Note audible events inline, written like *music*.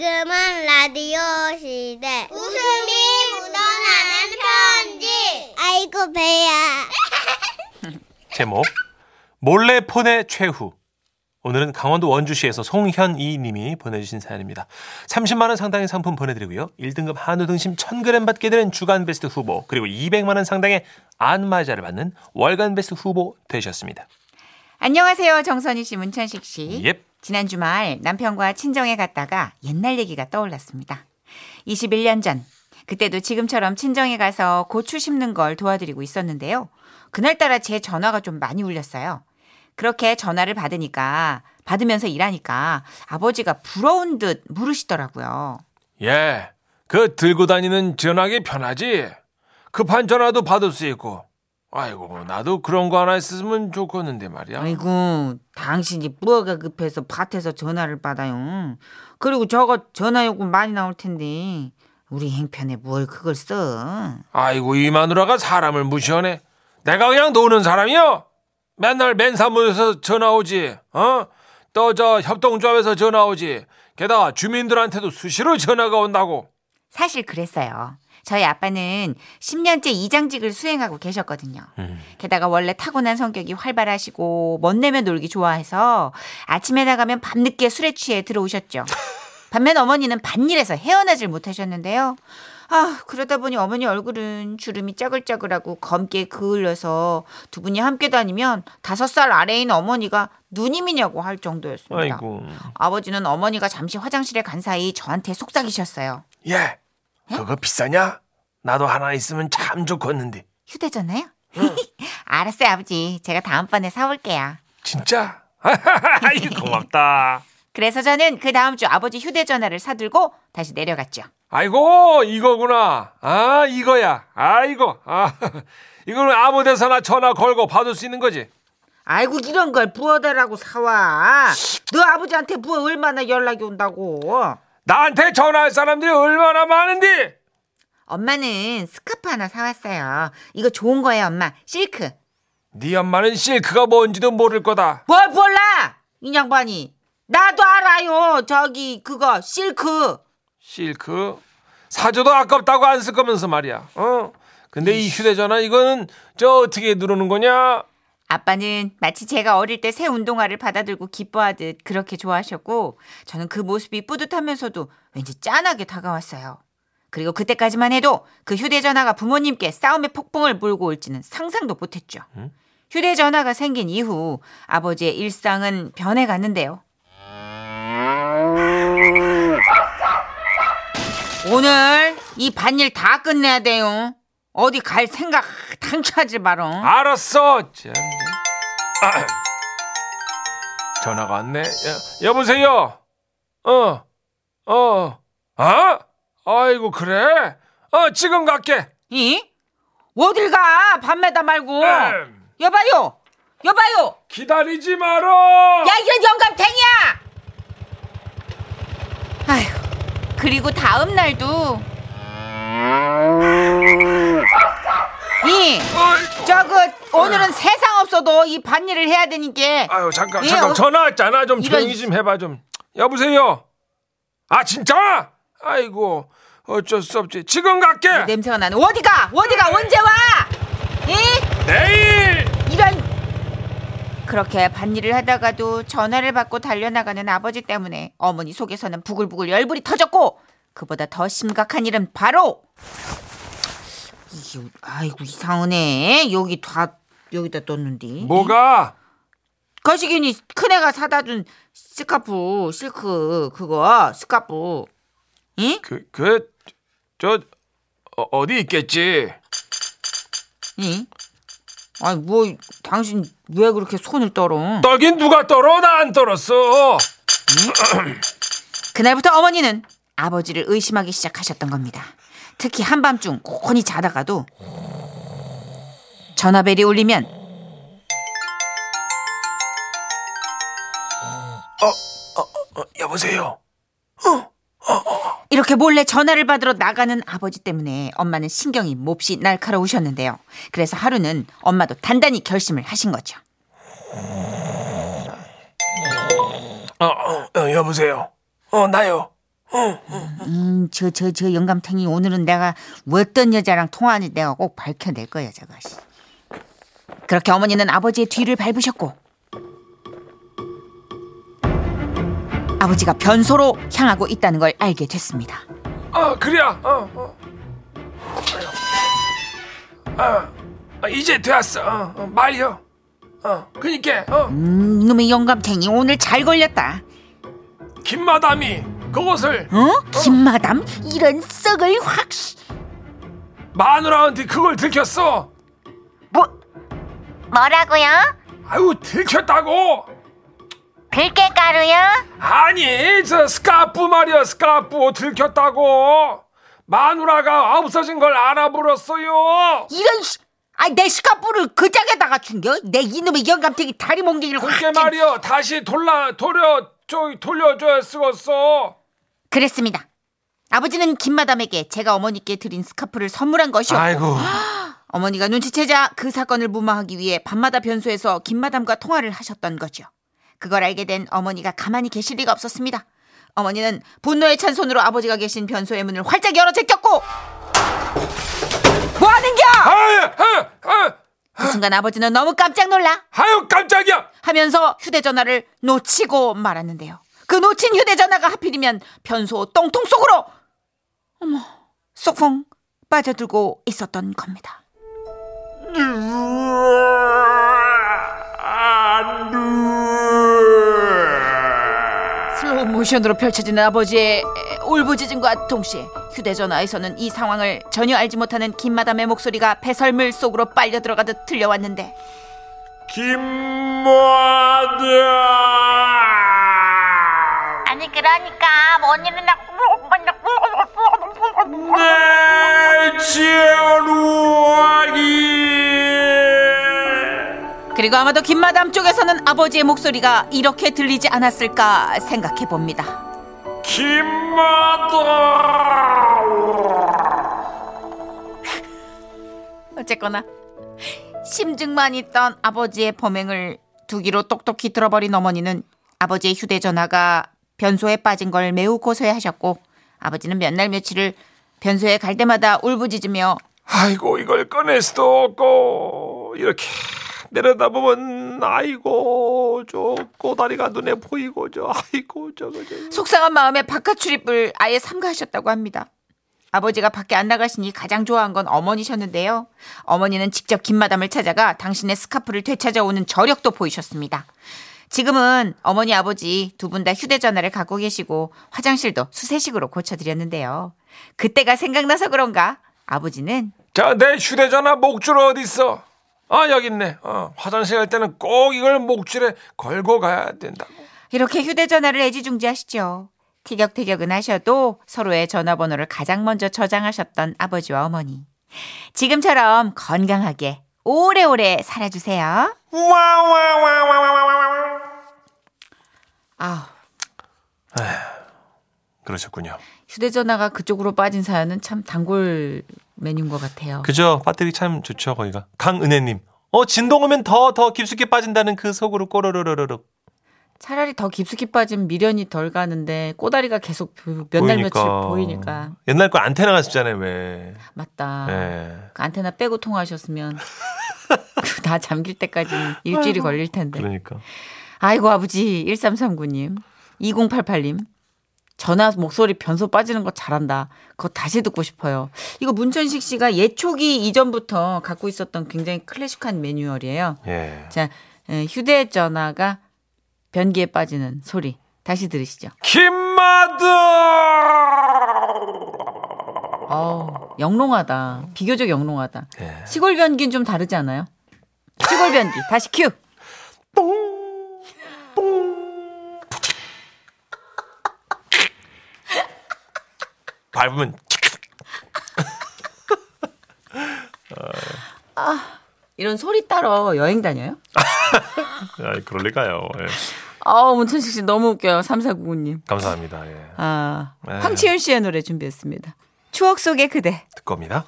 지금은 라디오 시대. 웃음이 묻어나는 편지. 아이고, 배야. 제목 몰래 폰의 최후 오늘은 강원도 원주시에서 송현이 님이 보내주신 사연입니다. 30만 원 상당의 상품 보내드리고요. 1등급 한우 등심 1000g 받게 되는 주간 베스트 후보 그리고 200만 원 상당의 안마자를 받는 월간 베스트 후보 되셨습니다. 안녕하세요. 정선희 씨, 문천식 씨. 예. 지난 주말 남편과 친정에 갔다가 옛날 얘기가 떠올랐습니다. 21년 전. 그때도 지금처럼 친정에 가서 고추 심는 걸 도와드리고 있었는데요. 그날따라 제 전화가 좀 많이 울렸어요. 그렇게 전화를 받으니까, 받으면서 일하니까 아버지가 부러운 듯 물으시더라고요. 예, 그 들고 다니는 전화기 편하지. 급한 전화도 받을 수 있고. 아이고, 나도 그런 거 하나 있으면 좋겠는데 말이야. 아이고, 당신이 뭐가 급해서 밭에서 전화를 받아요. 그리고 저거 전화 요금 많이 나올 텐데 우리 행편에 뭘 그걸 써? 아이고, 이 마누라가 사람을 무시하네. 내가 그냥 노는 사람이요. 맨날 맨사무소에서 전화 오지. 어? 또 저 협동조합에서 전화 오지. 게다가 주민들한테도 수시로 전화가 온다고. 사실 그랬어요. 저희 아빠는 10년째 이장직을 수행하고 계셨거든요. 음. 게다가 원래 타고난 성격이 활발하시고 멋내며 놀기 좋아해서 아침에 나가면 밤늦게 술에 *laughs* 취해 들어오셨죠. 반면 어머니는 밭일에서 헤어나질 못하셨는데요. 아 그러다 보니 어머니 얼굴은 주름이 짜글짜글하고 검게 그을려서 두 분이 함께 다니면 다섯 살 아래인 어머니가 누님이냐고 할 정도였습니다. 아이고 아버지는 어머니가 잠시 화장실에 간 사이 저한테 속삭이셨어요. 예. 그거 비싸냐? 나도 하나 있으면 참 좋겠는데. 휴대전화요? *laughs* 알았어요, 아버지. 제가 다음번에 사올게요. *laughs* 진짜? 아이고 고맙다. 그래서 저는 그 다음 주 아버지 휴대전화를 사들고 다시 내려갔죠. 아이고 이거구나 아 이거야 아이고 *laughs* 아 이거는 아무 데서나 전화 걸고 받을 수 있는 거지 아이고, 이런 걸 부어달라고 사와. 너 아버지한테 부어 얼마나 연락이 온다고. 나한테 전화할 사람들이 얼마나 많은데 엄마는 스카프 하나 사왔어요. 이거 좋은 거예요, 엄마. 실크. 네 엄마는 실크가 뭔지도 모를 거다 뭘 몰라! 이 양반이. 나도 알아요. 저기, 그거, 실크. 실크 사줘도 아깝다고 안 쓸 거면서 말이야 어 근데 이 휴대전화 이거는 저 어떻게 누르는 거냐 아빠는 마치 제가 어릴 때 새 운동화를 받아들고 기뻐하듯 그렇게 좋아하셨고 저는 그 모습이 뿌듯하면서도 왠지 짠하게 다가왔어요. 그리고 그때까지만 해도 그 휴대전화가 부모님께 싸움의 폭풍을 몰고 올지는 상상도 못했죠. 휴대전화가 생긴 이후 아버지의 일상은 변해갔는데요. 오늘 이 반일 다 끝내야 돼요. 어디 갈 생각 당차지 마롱. 알았어 참. 아흠. 전화가 왔네 여, 보세요 어어 아? 아이고 그래 어 지금 갈게 이? 어딜 가? 밤에다 말고. 음. 여봐요. 여봐요. 어. 기다리지 마라 야 이런 영감탱이야. 아휴. 그리고 다음 날도 이 어이구. 저그 오늘은 세상 없어도 이 반일을 해야 되니까 네. 아유 잠깐 예, 잠깐 어. 전화 왔잖아 좀 이런- 조용히 좀 해봐 좀 여보세요 아 진짜 아이고 어쩔 수 없지 지금 갈게 냄새가 나는 어디가 어디가 언제 와? 이? 네. 내일 이런 그렇게 밭일을 하다가도 전화를 받고 달려나가는 아버지 때문에 어머니 속에서는 부글부글 열불이 터졌고 그보다 더 심각한 일은 바로 이게 아이고 이상하네 여기 다 여기다 뒀는데 뭐가 거시기니 큰애가 사다 준 스카프 실크 그거 스카프 응? 그 그 저 어디 있겠지 응? 아니 뭐 당신 왜 그렇게 손을 떨어 떨긴 누가 떨어 나 안 떨었어 그날부터 어머니는 아버지를 의심하기 시작하셨던 겁니다. 특히 한밤중 곤히 자다가도 전화벨이 울리면 여보세요 이렇게 몰래 전화를 받으러 나가는 아버지 때문에 엄마는 신경이 몹시 날카로우셨는데요. 그래서 하루는 엄마도 단단히 결심을 하신 거죠. 어, 어, 어, 여보세요 어 나요 음, 저, 저, 저 영감탱이 오늘은 내가 어떤 여자랑 통화하는지 내가 꼭 밝혀낼 거야, 저거. 씨. 그렇게 어머니는 아버지의 뒤를 밟으셨고 아버지가 변소로 향하고 있다는 걸 알게 됐습니다. 아, 그래야. 어, 어. 아, 아, 이제 되었어. 어, 어, 말이요. 어, 그니까, 어, 음, 이놈의 영감탱이 오늘 잘 걸렸다. 김마담이 그것을 어? 김마담 이런 썩을 확. 씨- 마누라한테 그걸 들켰어. 뭐 뭐라고요? 아유, 들켰다고. 들깨가루요? 아니, 저 스카프 말이야, 스카프 들켰다고. 마누라가 없어진 걸 알아버렸어요. 이런 씨. 아이 내 시카프를 그 짝에다가 준겨? 내 이놈의 영감탱이 다리 몽둥이를 확. 찔- 그게 말이야, 다시 돌라 돌려 저 돌려줘야 쓰겠어. 그랬습니다. 아버지는 김마담에게 제가 어머니께 드린 스카프를 선물한 것이었고 아이고. 어머니가 눈치채자 그 사건을 무마하기 위해 밤마다 변소에서 김마담과 통화를 하셨던 거죠. 그걸 알게 된 어머니가 가만히 계실 리가 없었습니다. 어머니는 분노에 찬 손으로 아버지가 계신 변소의 문을 활짝 열어 제꼈고 뭐 하는겨? 아유, 예, 아유, 아유, 그 순간 아버지는 너무 깜짝 놀라 아유, 깜짝이야. 하면서 휴대전화를 놓치고 말았는데요. 그 놓친 휴대전화가 하필이면 변소 똥통 속으로 어머 쏙풍 빠져들고 있었던 겁니다. 슬로우 모션으로 펼쳐지는 아버지의 울부짖음과 동시에 휴대전화에서는 이 상황을 전혀 알지 못하는 김마담의 목소리가 배설물 속으로 빨려 들어가듯 들려왔는데 김마담. 아니 그러니까 뭔 일이냐고 내 재루하기. 그리고 아마도 김마담 쪽에서는 아버지의 목소리가 이렇게 들리지 않았을까 생각해 봅니다. 김마다 어쨌거나 심증만 있던 아버지의 범행을 두 귀로 똑똑히 들어버린 어머니는 아버지의 휴대전화가 변소에 빠진 걸 매우 고소해하셨고 아버지는 몇 날 며칠을 변소에 갈 때마다 울부짖으며 아이고 이걸 꺼낼 수도 없고 이렇게 내려다보면 아이고 저 꼬다리가 눈에 보이고 저 아이고 저거 저거 속상한 마음에 바깥 출입을 아예 삼가하셨다고 합니다. 아버지가 밖에 안 나가시니 가장 좋아한 건 어머니셨는데요. 어머니는 직접 김마담을 찾아가 당신의 스카프를 되찾아오는 저력도 보이셨습니다. 지금은 어머니 아버지 두 분 다 휴대전화를 갖고 계시고 화장실도 수세식으로 고쳐드렸는데요. 그때가 생각나서 그런가 아버지는 자내 휴대전화 목줄 어디 있어 아 여기 있네 어, 화장실 갈 때는 꼭 이걸 목줄에 걸고 가야 된다고 이렇게 휴대전화를 애지중지하시죠. 티격태격은 하셔도 서로의 전화번호를 가장 먼저 저장하셨던 아버지와 어머니. 지금처럼 건강하게 오래오래 살아주세요. 와와와와와와와 아, 그러셨군요. 휴대전화가 그쪽으로 빠진 사연은 참 단골 메뉴인 것 같아요. 그죠? 배터리 참 좋죠, 거기가. 강은혜님. 어, 진동 오면 더, 더 깊숙이 빠진다는 그 속으로 꼬르르르르. 차라리 더 깊숙이 빠진 미련이 덜 가는데 꼬다리가 계속 몇 날 며칠 보이니까 옛날 거 안테나가 있잖아요, 왜. 맞다. 예. 그 안테나 빼고 통화하셨으면 *laughs* 다 잠길 때까지는 일주일이 걸릴 텐데. 그러니까. 아이고 아버지 1339님 2088님 전화 목소리 변소 빠지는 거 잘한다. 그거 다시 듣고 싶어요. 이거 문천식 씨가 예초기 이전부터 갖고 있었던 굉장히 클래식한 매뉴얼이에요. 예. 자 에, 휴대전화가 변기에 빠지는 소리 다시 들으시죠. 김마다 어 영롱하다. 비교적 영롱하다. 예. 시골 변기는 좀 다르지 않아요? 시골 변기 다시 큐. 밟으면 이런 소리 따러 여행 다녀요? 아, 그럴 리가요. 예. 아 문천식 씨 너무 웃겨요. 3499님. 감사합니다. 예. 아, 네. 황치윤 씨의 노래 준비했습니다. 추억 속의 그대. 듣겁니다.